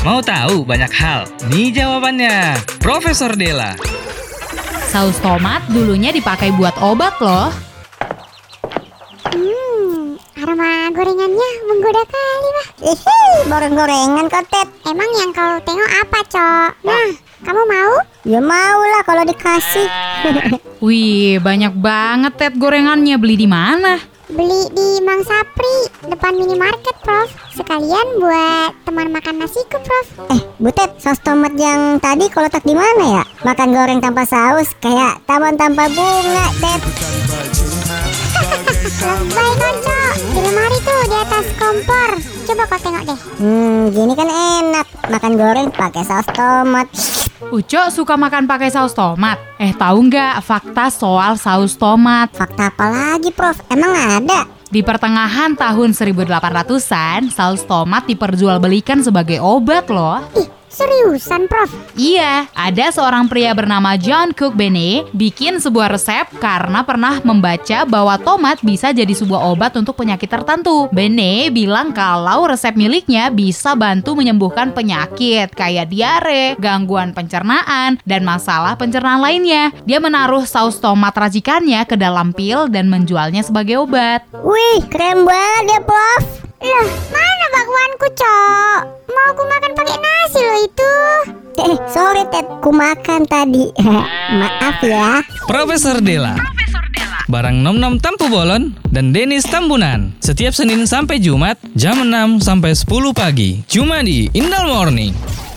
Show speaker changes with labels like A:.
A: Mau tahu banyak hal? Nih jawabannya, Profesor Della.
B: Saus tomat dulunya dipakai buat obat loh.
C: Hmm, aroma gorengannya menggoda kali, Mah.
D: Ihi, goreng-gorengan kotet.
C: Emang yang kau tengok apa, Cok? Nah, kamu mau?
D: Ya maulah kalau dikasih.
B: Wih, banyak banget Ted gorengannya beli di mana?
C: Beli di Mang Sapri, depan minimarket, Prof. Sekalian buat teman makan nasiku, Prof.
D: eh, Butet, saus tomat yang tadi kau letak di mana ya? Makan goreng tanpa saus, kayak taman tanpa bunga, Ted.
C: Lebay kan, Cok? Di lemari tuh, di atas kompor. Coba kau tengok deh.
D: Hmm, gini kan enak. Makan goreng pakai saus tomat.
B: Uco suka makan pakai saus tomat. Eh, tahu nggak fakta soal saus tomat?
D: Fakta apa lagi, Prof? Emang ada?
B: Di pertengahan tahun 1800-an, saus tomat diperjualbelikan sebagai obat loh.
C: Ih, seriusan, Prof.
B: Iya, ada seorang pria bernama John Cook Bene bikin sebuah resep karena pernah membaca bahwa tomat bisa jadi sebuah obat untuk penyakit tertentu. Bene bilang kalau resep miliknya bisa bantu menyembuhkan penyakit kayak diare, gangguan pencernaan, dan masalah pencernaan lainnya. Dia menaruh saus tomat racikannya ke dalam pil dan menjualnya sebagai obat.
D: Wih, keren banget ya, Prof.
C: Loh, mana bakwanku, Cok? Mau aku makan pakai nasi loh itu.
D: Eh, sorry, Ted. Ku makan tadi. Maaf ya.
A: Profesor Della. Barang Nom Nom Tampu Bolon dan Denis Tambunan. Setiap Senin sampai Jumat jam 6 sampai 10 pagi. Cuma di Indal Morning.